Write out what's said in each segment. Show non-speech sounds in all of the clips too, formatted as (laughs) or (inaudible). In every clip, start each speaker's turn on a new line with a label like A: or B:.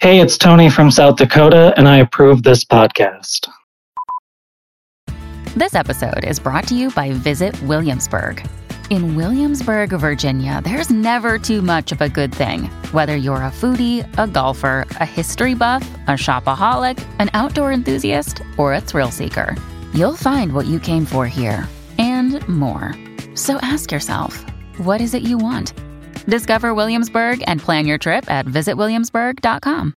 A: Hey, it's Tony from South Dakota, and I approve this podcast.
B: This episode is brought to you by Visit Williamsburg. In Williamsburg, Virginia, there's never too much of a good thing. Whether you're a foodie, a golfer, a history buff, a shopaholic, an outdoor enthusiast, or a thrill seeker, you'll find what you came for here and more. So ask yourself, what is it you want? Discover Williamsburg and plan your trip at visitwilliamsburg.com.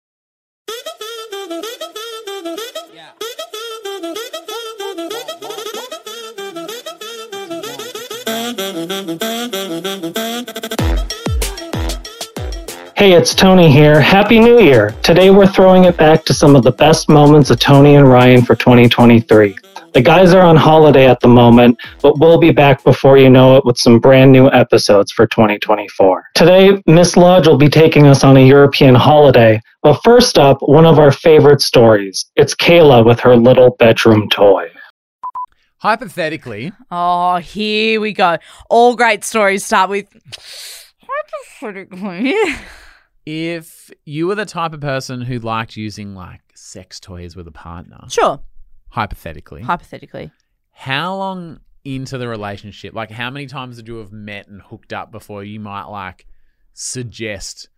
A: Hey, it's Tony here. Happy New Year! Today we're throwing it back to some of the best moments of Tony and Ryan for 2023. The guys are on holiday at the moment, but we'll be back before you know it with some brand new episodes for 2024. Today, Miss Lodge will be taking us on a European holiday, but first up, one of our favorite stories. It's Kayla with her little bedroom toy.
C: Hypothetically,
D: Oh, here we go. All great stories start with
C: (laughs)
D: hypothetically.
C: if you were the type of person who liked using like sex toys with a partner,
D: Sure.
C: hypothetically,
D: Hypothetically.
C: how long into the relationship, like how many times did you have met and hooked up before you might like suggest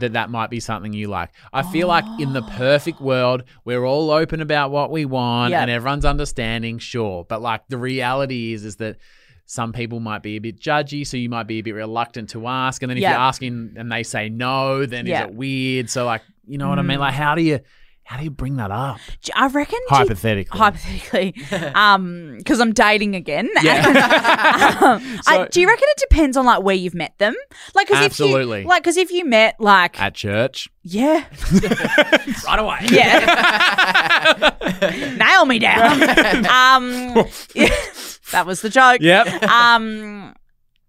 C: that that might be something you like? I feel like in the perfect world, we're all open about what we want
D: Oh. Yep.
C: and everyone's understanding, sure, but like the reality is is that some people might be a bit judgy, so you might be a bit reluctant to ask. And then if
D: Yep.
C: you're asking and they say no, then
D: Yeah.
C: is it weird? So like, you know what I mean? Like, how do you how do you bring that up
D: J- I reckon. Mm. do you-
C: hypothetically? (laughs)
D: Hypothetically, um, because I'm dating again.
C: Yeah. (laughs)
D: Um, (laughs) I,
C: So-
D: do you reckon it depends on like where you've met them? Like, 'cause If
C: Absolutely.
D: you, like, because if you met like,
C: at church.
D: yeah,
C: right away. (laughs)
D: yeah, nail me down. um, (laughs) that was the joke. (laughs)
C: Yep.
D: um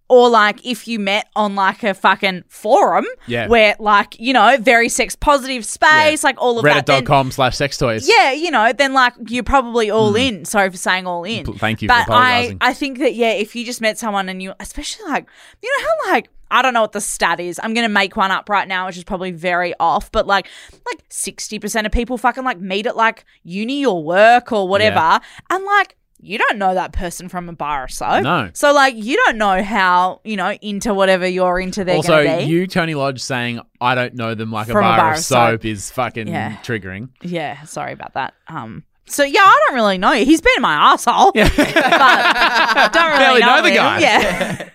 D: or like if you met on like a fucking forum
C: Yeah.
D: where like you know very sex positive space like all of that then,
C: Reddit.com slash sex toys.
D: yeah you know then like you're probably all in sorry for saying all in
C: Mm. P- thank you for
D: but I
C: apologising.
D: I think that yeah if you just met someone and you especially like you know how like I don't know what the stat is. I'm gonna make one up right now, which is probably very off, but like like sixty percent of people fucking like meet at like uni or work or whatever, and like you don't know that person from a bar or so.
C: No.
D: So like you don't know how you know into whatever you're into. They're
C: Also,
D: gonna be.
C: you, Tony Lodge, saying, I don't know them like
D: From
C: a bar, of soap is fucking
D: Yeah.
C: triggering.
D: yeah, sorry about that. Um. So yeah, I don't really know. He's been my asshole. Yeah. (laughs) but
C: (laughs)
D: I don't
C: Barely
D: really
C: know the
D: him.
C: guy.
D: Yeah.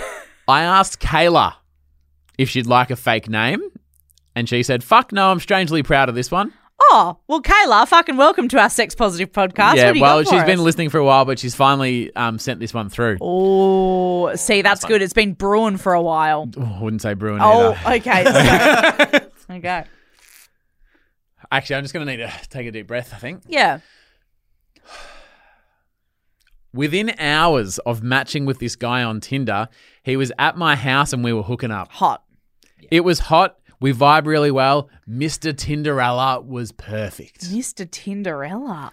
C: (laughs) I asked Kayla if she'd like a fake name, and she said, fuck no, I'm strangely proud of this one.
D: Oh, well, Kayla, fucking welcome to our sex positive podcast.
C: yeah,
D: what do you
C: well,
D: got
C: she's
D: for
C: been
D: us?
C: listening for a while, but she's finally um, sent this one through.
D: Oh, see, that's good. It's been brewing for a while.
C: Oh, I wouldn't say Bruin
D: Oh,
C: either. (laughs)
D: okay. So, okay.
C: Actually, I'm just going to need to take a deep breath, I think.
D: Yeah.
C: Within hours of matching with this guy on Tinder, he was at my house and we were hooking up.
D: Hot.
C: It was hot. We vibe really well. Mr. Tinderella was perfect.
D: Mr. Tinderella.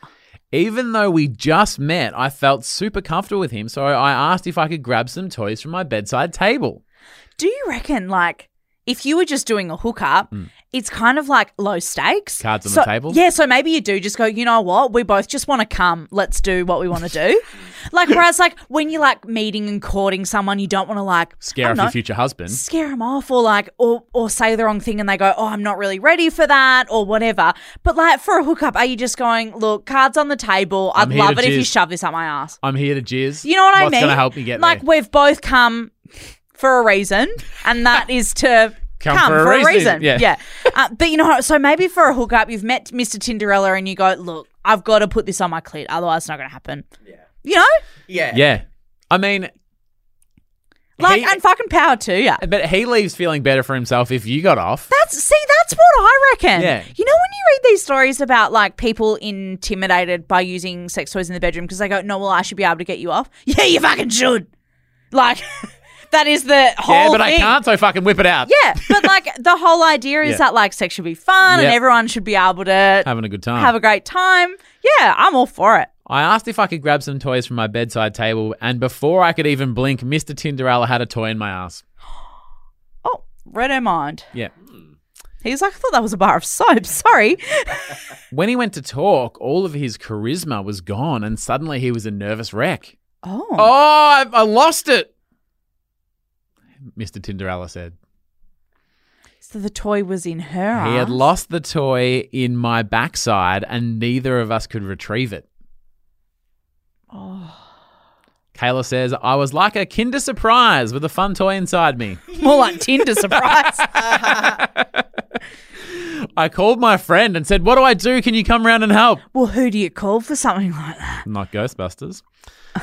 C: Even though we just met, I felt super comfortable with him, so I asked if I could grab some toys from my bedside table.
D: Do you reckon, like, if you were just doing a hookup, it's kind of like low stakes?
C: Mm. Cards on
D: So-
C: the table?
D: Yeah, so maybe you do just go, you know what? We both just want to come. Let's do what we want
C: (laughs)
D: to do. like, whereas, like, when you're like meeting and courting someone, you don't want to, like,
C: Scare off
D: I don't know,
C: your future husband.
D: scare them off or like or or say the wrong thing and they go oh i'm not really ready for that or whatever but like for a hookup are you just going look cards on the table i'd
C: I'm here
D: love
C: to
D: it if you
C: jizz."
D: shove this up my ass
C: I'm here to jizz.
D: you know what i
C: What's
D: mean
C: gonna help me get
D: like
C: there?
D: we've both come for a reason and that is to
C: (laughs) Come for a reason. Yeah.
D: Uh, but you know what? so maybe for a hookup you've met mr tinderella and you go look i've got to put this on my clit otherwise it's not going to happen yeah you know
E: Yeah.
C: Yeah. I mean,
D: like
C: He-
D: and fucking power too yeah
C: but he leaves feeling better for himself if you got off.
D: That's see, that's what I reckon.
C: Yeah.
D: You know when you read these stories about like people intimidated by using sex toys in the bedroom because they go, "No, well, I should be able to get you off." (laughs) Yeah, you fucking should. Like, (laughs) that is the whole.
C: yeah, but I
D: thing.
C: can't, so fucking whip it out.
D: Yeah,
C: (laughs)
D: but like the whole idea is
C: Yeah.
D: that like sex should be fun
C: Yeah.
D: and everyone should be able to
C: Having a good time.
D: have a great time. Yeah, I'm all for it.
C: I asked if I could grab some toys from my bedside table, and before I could even blink, Mr. Tinderella had a toy in my ass.
D: Oh, read her mind.
C: Yeah.
D: He's like, I thought that was a bar of soap. (laughs) Sorry.
C: When he went to talk, all of his charisma was gone, and suddenly he was a nervous wreck.
D: Oh.
C: Oh, I, I lost it. Mr. Tinderella said.
D: So the toy was in her.
C: He had
D: ass.
C: lost the toy in my backside, and neither of us could retrieve it.
D: Oh.
C: Kayla says, I was like a Kinder surprise with a fun toy inside me.
D: (laughs) More
C: (laughs)
D: like Tinder surprise.
C: I called my friend and said, What do I do? Can you come round and help?
D: well, who do you call for something like that?
C: Not Ghostbusters. (laughs)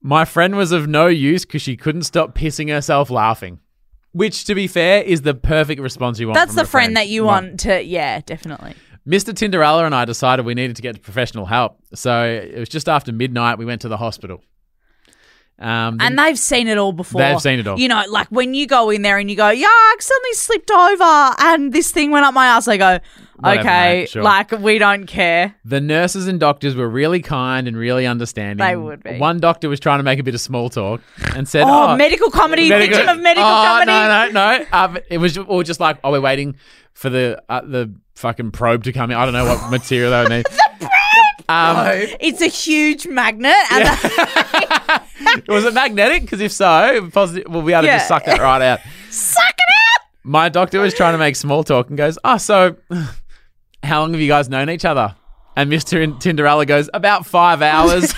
C: my friend was of no use because she couldn't stop pissing herself laughing. Which, to be fair, is the perfect response you want.
D: That's
C: from
D: the
C: a
D: friend that you
C: Right.
D: want to. Yeah, definitely.
C: Mr. Tinderella and I decided we needed to get professional help. So it was just after midnight, we went to the hospital. Um, the-
D: And they've seen it all before.
C: They've seen it all.
D: You know, like when you go in there and you go, yeah, I accidentally slipped over and this thing went up my ass. They go,
C: Whatever,
D: okay,
C: mate, sure."
D: like we don't care.
C: The nurses and doctors were really kind and really understanding.
D: They would be.
C: One doctor was trying to make a bit of small talk and said,
D: Oh, medical comedy,
C: medical-
D: victim of medical
C: oh,
D: comedy.
C: No, no, no. Um, it was all just like, oh, we're waiting for the uh, the fucking probe to come in. I don't know what material they would
D: (laughs)
C: need. Um,
D: It's a huge magnet.
C: (laughs)
D: And
C: was it magnetic? Because if so, positive, we'll be able to
D: Yeah.
C: just suck that right out.
D: suck it out.
C: My doctor was trying to make small talk and goes, oh, so (sighs) how long have you guys known each other? And Mr. In- Tinderella goes, about five
D: (laughs)
C: hours.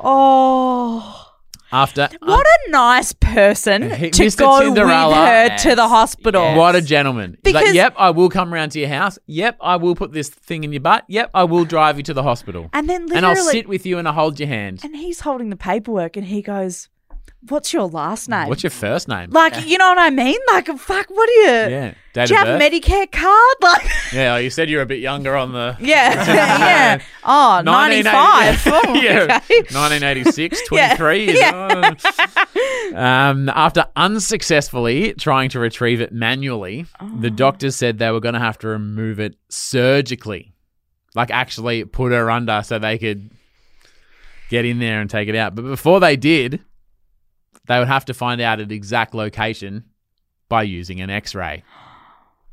D: Oh,
C: After
D: what a nice
C: (laughs)
D: person
C: He-
D: to
C: Mr.
D: go with
C: Tinderella.
D: her to the hospital.
C: What a gentleman. He's like,
D: Because-
C: yep, I will come round to your house. Yep, I will put this thing in your butt. Yep, I will drive you to the hospital.
D: And then
C: And I'll
D: literally-
C: sit with you and I'll hold your hand.
D: And he's holding the paperwork and he goes, What's your last name?
C: What's your first name?
D: like, you know what I mean? Like, fuck, what do you?
C: yeah. Date
D: Do you
C: of
D: have
C: birth?
D: a Medicare card? (laughs) Like,
C: yeah, well, you said you were a bit younger on
D: (laughs)
C: the. (laughs)
D: yeah, yeah. Oh, 95. (laughs) Oh,
C: yeah. (laughs)
D: okay.
C: 1986,
D: (laughs) Yeah.
C: 23. you know. um, after unsuccessfully trying to retrieve it manually,
D: Oh.
C: the doctors said they were going to have to remove it surgically. Like, actually put her under so they could get in there and take it out. But before they did, they would have to find out its exact location by using an x ray.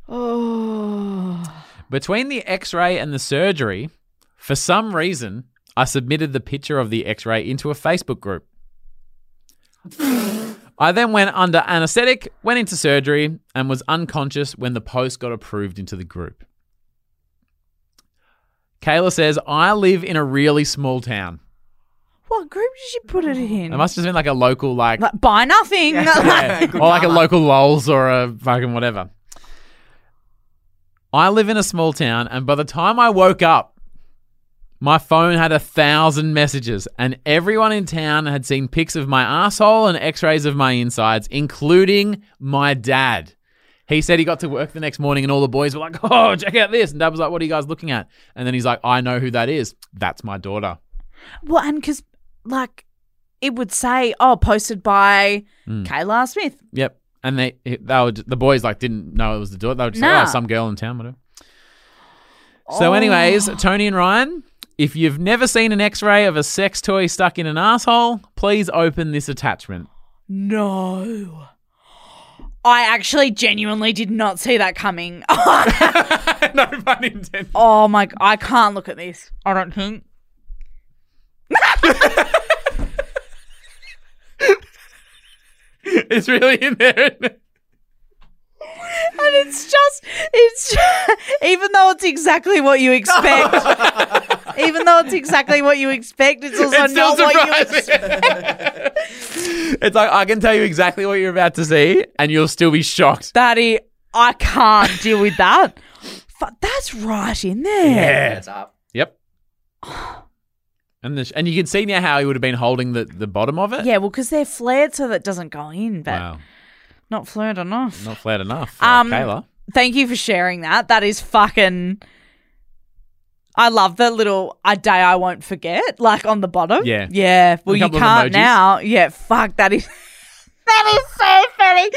D: Oh.
C: Between the x ray and the surgery, for some reason, I submitted the picture of the x ray into a Facebook group. I then went under anesthetic, went into surgery, and was unconscious when the post got approved into the group. Kayla says, I live in a really small town.
D: What group did she put it in?
C: It must have been like a local, like,
D: like, buy nothing. (laughs) Like,
C: Yeah, (laughs) or like a local Lowell's or a fucking whatever. I live in a small town, and by the time I woke up, my phone had a thousand messages, and everyone in town had seen pics of my asshole and x rays of my insides, including my dad. He said he got to work the next morning, and all the boys were like, (laughs) Oh, check out this. And dad was like, What are you guys looking at? And then he's like, I know who that is. That's my daughter.
D: well, and because, like, it would say, oh, posted by
C: Mm.
D: Kayla Smith.
C: Yep. And they they were, the boys like didn't know it was the daughter. They were just
D: Nah.
C: like, oh, some girl in town, whatever. So, anyways,
D: Oh.
C: Tony and Ryan, if you've never seen an X-ray of a sex toy stuck in an asshole, please open this attachment. (laughs)
D: No. I actually genuinely did not see that coming. (laughs)
C: no pun intended.
D: oh my! g- I can't look at this. I don't think.
C: It's really in there.
D: And it's just, it's (laughs) even though it's exactly what you
C: (laughs)
D: expect, even though it's exactly what you expect, it's also
C: It's still
D: not what you
C: surprising.
D: expect.
C: (laughs) it's like I can tell you exactly what you're about to see, and you'll still be shocked.
D: Daddy, I can't deal with that. But that's right in there.
C: Yeah.
E: up.
C: Yep. (sighs) And the, and you can see now how he would have been holding the, the bottom of it.
D: Yeah, well, because they're flared so that it doesn't go in, but
C: Uh, Wow.
D: not flared enough.
C: Not flat enough. uh,
D: Um,
C: Kayla.
D: Thank you for sharing that. That is fucking. I love the little a day I won't forget, like on the bottom.
C: Yeah.
D: Yeah. Well,
C: A
D: you
C: couple of
D: can't
C: emojis.
D: now. Yeah. Fuck. That is. (laughs) that is so funny.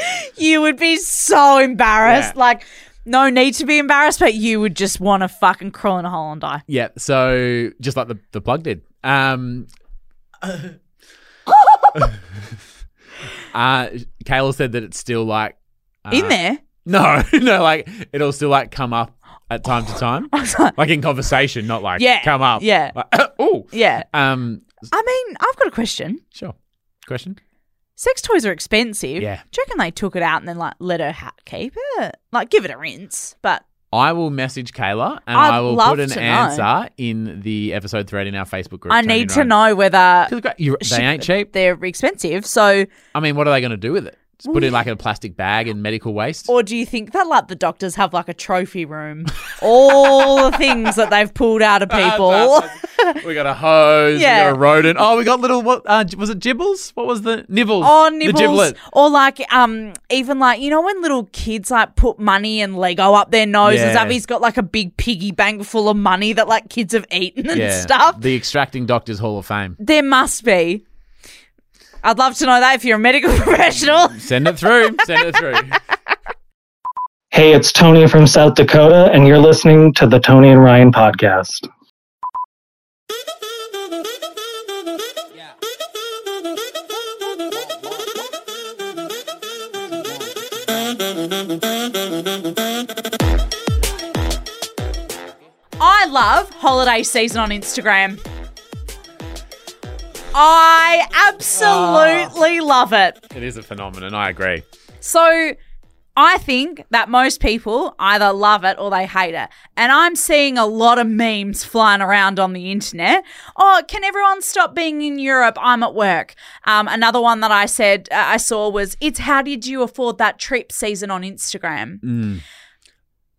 D: You would be so embarrassed.
C: Yeah.
D: Like, no need to be embarrassed, but you would just want to fucking crawl in a hole and die.
C: Yeah, so just like the, the
D: (laughs)
C: uh, plug did. Um, Uh, Kayla said that it's still like (laughs) uh,
D: in there. (laughs)
C: No, no, like it'll still like come up at time to time,
D: I was like,
C: like in conversation, not like
D: Yeah,
C: come up.
D: yeah.
C: Like, (coughs) ooh. (laughs)
D: yeah.
C: Um.
D: I mean, I've got a question.
C: Sure. Question.
D: Sex toys are expensive.
C: Yeah.
D: Do you reckon they took it out and then like let her ha- keep it? Like give it a rinse, but
C: I will message Kayla and
D: I'd
C: I will
D: love
C: put an
D: to know.
C: answer in the episode thread in our Facebook group.
D: I
C: Tony
D: need
C: and
D: to
C: Ryan.
D: know whether
C: 'Cause gra- you-
D: she-
C: they ain't cheap.
D: They're expensive. So,
C: I mean, what are they going to do with it? Just
D: Well,
C: put it in like a plastic bag and medical waste.
D: or do you think that like the doctors have like a trophy
C: (laughs)
D: room, all the things that they've pulled out of people? (laughs)
C: we got a hose. We
D: Yeah.
C: got a rodent. Oh, we got little. What uh, j- was it? Gibbles? What was the nibbles? The
D: Or Oh, nibbles,
C: giblet.
D: or like um, even like you know when little kids like put money and Lego up their nose
C: Yeah.
D: and stuff. He's got like a big piggy bank full of money that like kids have eaten (laughs) and
C: Yeah.
D: stuff.
C: The extracting doctors Hall of Fame.
D: There must be. I'd love to know that if you're a medical (laughs) professional.
C: Send it
D: (laughs)
C: through. Send it through.
A: Hey, it's Tony from South Dakota, and you're listening to the Tony and Ryan podcast.
D: I love holiday season on Instagram. I absolutely love it.
C: It is a phenomenon. I agree.
D: So I think that most people either love it or they hate it. And I'm seeing a lot of memes flying around on the internet. Oh, can everyone stop being in Europe? I'm at work. Um, another one that I said uh, I saw was, "It's how did you afford that trip season on Instagram?"
C: Mm.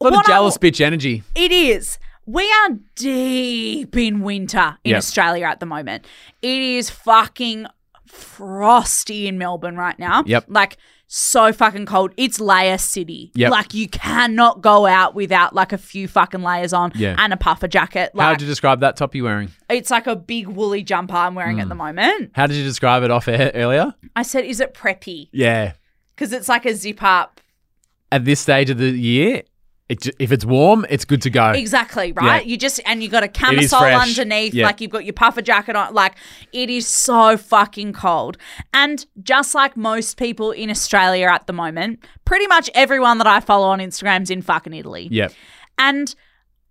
C: A lot
D: What
C: of
D: I-
C: jealous bitch energy.
D: It is. We are deep in winter in
C: Yep.
D: Australia at the moment. It is fucking frosty in Melbourne right now.
C: Yep.
D: Like so fucking cold. It's layer city.
C: Yep.
D: Like you cannot go out without like a few fucking layers on
C: Yeah.
D: and a puffer jacket.
C: How
D: Like
C: would you describe that top you're wearing?
D: it's like a big woolly jumper I'm wearing
C: Mm.
D: at the moment.
C: How did you describe it off air earlier?
D: I said, is it preppy?
C: Yeah.
D: Because it's like a zip up.
C: At this stage of the year, it, j- if it's warm, it's good to go.
D: Exactly, right? You just and you got a camisole
C: fresh.
D: underneath,
C: Yeah.
D: like you've got your puffer jacket on. Like it is so fucking cold. And just like most people in Australia at the moment, pretty much everyone that I follow on Instagram's in fucking Italy.
C: Yep.
D: And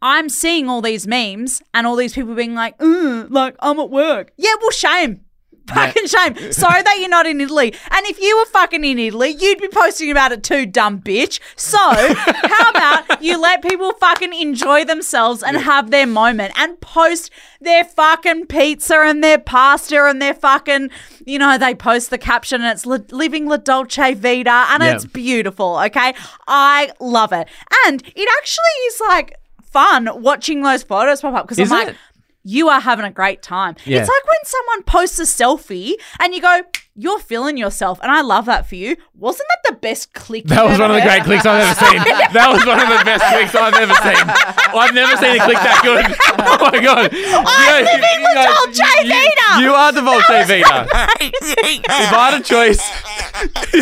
D: I'm seeing all these memes and all these people being like, "Ugh, like I'm at work. Yeah, well, shame. Fucking shame. Sorry that you're not in Italy. And if you were fucking in Italy, you'd be posting about it too, dumb bitch.
C: (laughs)
D: So, how about you let people fucking enjoy themselves and have their moment and post their fucking pizza and their pasta and their fucking, you know, they post the caption and it's li- living La Dolce Vita and
C: Yeah.
D: it's beautiful, okay? I love it. And it actually is like fun watching those photos pop up because I'm
C: Is
D: like,
C: it?
D: you are having a great time.
C: Yeah.
D: It's like when someone posts a selfie and you go, you're feeling yourself. And I love that for you. Wasn't that the best click?
C: That
D: you've
C: was one
D: ever
C: of the
D: heard?
C: great clicks I've ever seen. That was one of the best clicks I've ever seen. I've never seen a click that good. (laughs) Oh my god! I'm
D: living with Dolce Vita.
C: You, you are the Dolce Vita. If I had a choice, (laughs)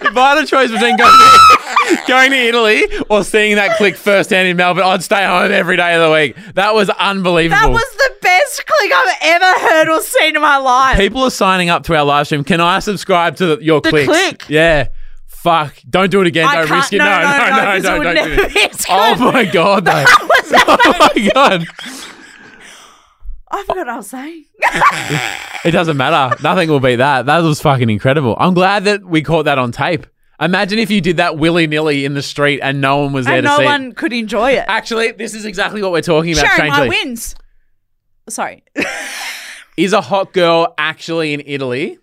C: if I had a choice between going to, going to Italy or seeing that click firsthand in Melbourne, I'd stay home every day of the week. That was unbelievable.
D: That was the best click I've ever heard or seen in my life.
C: People are signing up to our live stream. Can I subscribe to the, your
D: The
C: clicks?
D: click.
C: Yeah. Fuck. Don't do it again. don't risk it. No, no, no, no,
D: this would
C: don't do
D: never
C: it.
D: (laughs) be as
C: Oh
D: good.
C: my god, though. (laughs) oh my god.
D: I forgot what I was saying.
C: It doesn't matter. Nothing will beat that. That was fucking incredible. I'm glad that we caught that on tape. Imagine if you did that willy nilly in the street and no one was there
D: and
C: to
D: no
C: see. it.
D: one could enjoy it.
C: Actually, this is exactly what we're talking about.
D: Sharon, my
C: strangely,
D: wins. Sorry. (laughs)
C: is a hot girl actually in Italy?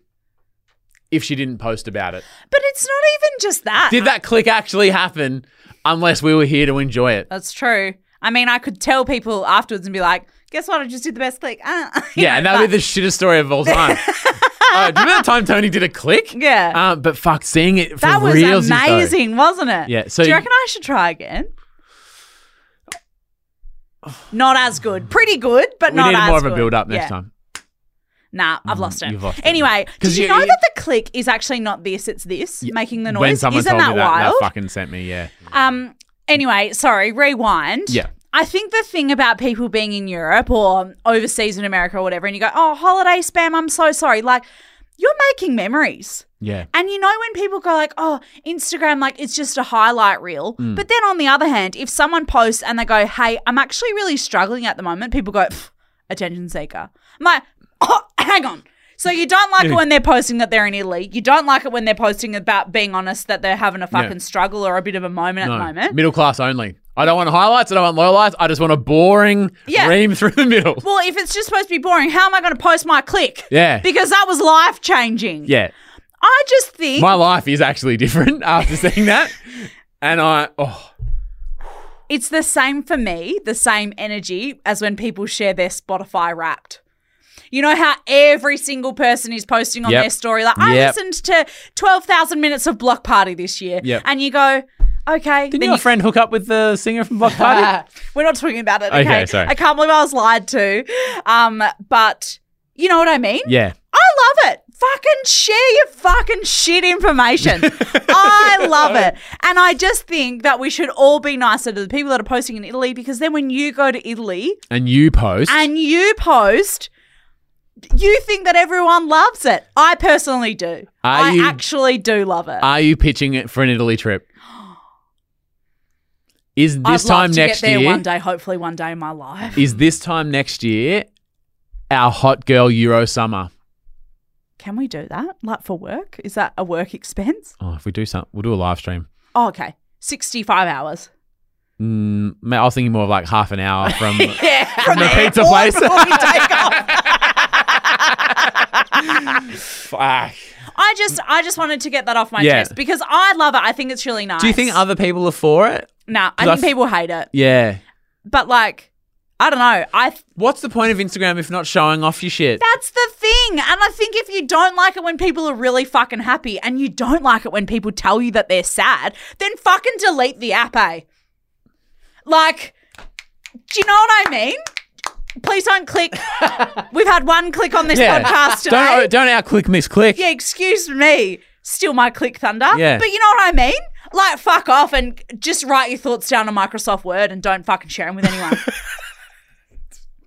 C: If she didn't post about it,
D: But it's not even just that.
C: did that click actually happen? Unless we were here to enjoy it.
D: That's true. I mean, I could tell people afterwards and be like, guess what? I just did the best click. (laughs) Uh, you
C: Yeah,
D: know,
C: and that'd be
D: but-
C: the shittest story of all time.
D: (laughs)
C: Uh, do you remember that time Tony did a click?
D: Yeah.
C: Uh, but fuck, seeing it for
D: That was
C: realsies, though.
D: amazing, wasn't it?
C: Yeah, so
D: do you
C: you-
D: reckon I should try again? Not as good. Pretty good, but
C: We
D: not
C: need
D: as
C: more of a
D: good.
C: build up next
D: Yeah.
C: time. Mm,
D: Nah, I've lost it.
C: you've lost it.
D: anyway, did
C: 'Cause
D: you,
C: you-
D: know
C: you-
D: that the click is actually not this, it's this making the noise?
C: When someone
D: Isn't
C: told
D: that
C: me that,
D: wild?
C: that fucking sent me. Yeah.
D: Um. Anyway, sorry. Rewind.
C: Yeah.
D: I think the thing about people being in Europe or overseas in America or whatever, and you go, "Oh, holiday spam." I'm so sorry. Like, you're making memories.
C: Yeah.
D: And you know when people go like, "Oh, Instagram like it's just a highlight reel."
C: Mm.
D: But then on the other hand, if someone posts and they go, "Hey, I'm actually really struggling at the moment." People go, "Pff, "Attention seeker." I'm like, "Oh, (coughs) hang on." So you don't like it when they're posting that they're in Italy. You don't like it when they're posting about being honest that they're having a fucking struggle or a bit of a moment at the moment.
C: Middle class only. I don't want highlights. I don't want low lights. I just want a boring
D: Yeah.
C: ream through the middle.
D: well, if it's just supposed to be boring, how am I going to post my click?
C: Yeah.
D: Because that was life changing.
C: Yeah.
D: I just think
C: My life is actually different (laughs) after seeing that. And I, oh,
D: it's the same for me, the same energy as when people share their Spotify wrapped. You know how every single person is posting on
C: Yep.
D: their story, like, I
C: Yep.
D: listened to 12,000 minutes of Block Party this year.
C: Yep.
D: And you go, okay.
C: didn't
D: then
C: your
D: you-
C: friend hook up with the singer from Block
D: (laughs)
C: Party?
D: We're not talking about it. Okay.
C: Okay, sorry.
D: I can't believe I was lied to. Um, but you know what I mean?
C: yeah.
D: I love it. Fucking share your fucking
C: (laughs)
D: shit information. I love it. And I just think that we should all be nicer to the people that are posting in Italy because then when you go to Italy
C: And you post.
D: and you post, you think that everyone loves it. I personally do.
C: Are
D: I
C: you- Uh,
D: actually do love it.
C: Are you pitching it for an Italy trip? (gasps) Is
D: I'd
C: this
D: love
C: time
D: to
C: next
D: get there
C: year?
D: one day, hopefully one day in my life.
C: Is this time next year our hot girl Euro summer?
D: Can we do that? Like for work? Is that a work expense?
C: Oh, if we do something, we'll do a live stream.
D: Oh, okay. 65 hours.
C: Mm, ma- I was thinking more of like half an hour
D: (laughs)
C: from.
D: Yeah. From
C: the pizza
D: airport
C: place.
D: before we
C: (laughs)
D: take off.
C: Fuck.
D: I just I just wanted to get that off my
C: Yeah.
D: chest because I love it. I think it's really nice.
C: Do you think other people are for it?
D: Nah,
C: I
D: I think
C: f-
D: people hate it.
C: Yeah.
D: But like, I don't know. I th-
C: What's the point of Instagram if not showing off your shit?
D: that's the thing. And I think if you don't like it when people are really fucking happy and you don't like it when people tell you that they're sad, then fucking delete the app, eh? Like, do you know what I mean? Please don't click.
C: (laughs)
D: We've had one click on this
C: Yeah.
D: podcast today.
C: Don't don't out click miss click.
D: yeah, excuse me, steal my click thunder.
C: Yeah.
D: But you know what I mean? Like, fuck off and just write your thoughts down on Microsoft Word and don't fucking share them with
C: (laughs)
D: anyone.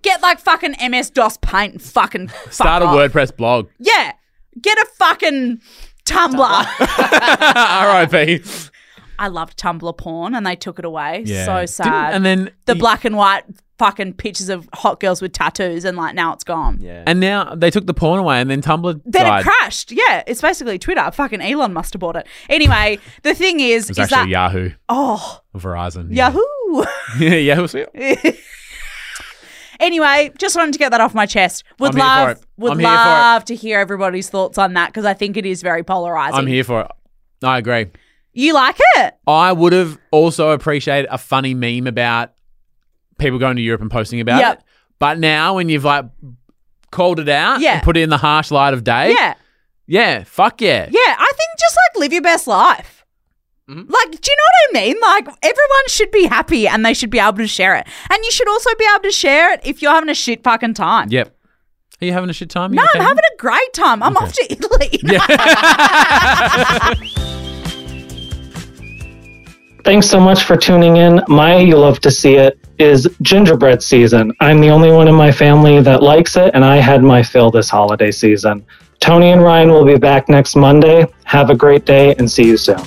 D: Get like fucking MS DOS paint and
C: (laughs)
D: fucking fuck
C: Start a
D: off.
C: WordPress
D: (laughs)
C: blog.
D: Yeah. Get a fucking
C: (laughs)
D: Tumblr.
C: R.I.P.
D: (laughs) I loved Tumblr porn and they took it away.
C: Yeah.
D: So
C: Didn't-
D: sad.
C: and then
D: the black and white fucking pictures of hot girls with tattoos and like now it's gone.
C: Yeah. And now they took the porn away, and then Tumblr
D: Then
C: died.
D: it crashed. Yeah, it's basically Twitter. Fucking Elon must have bought it. Anyway, the thing is,
C: it was
D: is
C: actually
D: that
C: Yahoo,
D: oh
C: Verizon.
D: Yahoo. (laughs)
C: (laughs) Yeah, Yahoo. was-
D: anyway, just wanted to get that off my chest. Would
C: I'm here
D: love,
C: for it.
D: would
C: I'm here for it.
D: love to hear everybody's thoughts on that because I think it is very polarizing.
C: I'm here for it. I agree.
D: You like it?
C: I would have also appreciated a funny meme about people going to Europe and posting about
D: Yep.
C: it. But now, when you've like called it out
D: Yeah.
C: and put it in the harsh light of day,
D: Yeah,
C: yeah, fuck yeah,
D: yeah. I think just like live your best life.
C: Mm-hmm.
D: Like, do you know what I mean? Like, everyone should be happy and they should be able to share it. And you should also be able to share it if you're having a shit fucking time.
C: yep. Are you having a shit time?
D: No, I'm having a great time. I'm off to Italy.
A: Thanks so much for tuning in. My You Love to See It is gingerbread season. I'm the only one in my family that likes it, and I had my fill this holiday season. Tony and Ryan will be back next Monday. Have a great day and see you soon.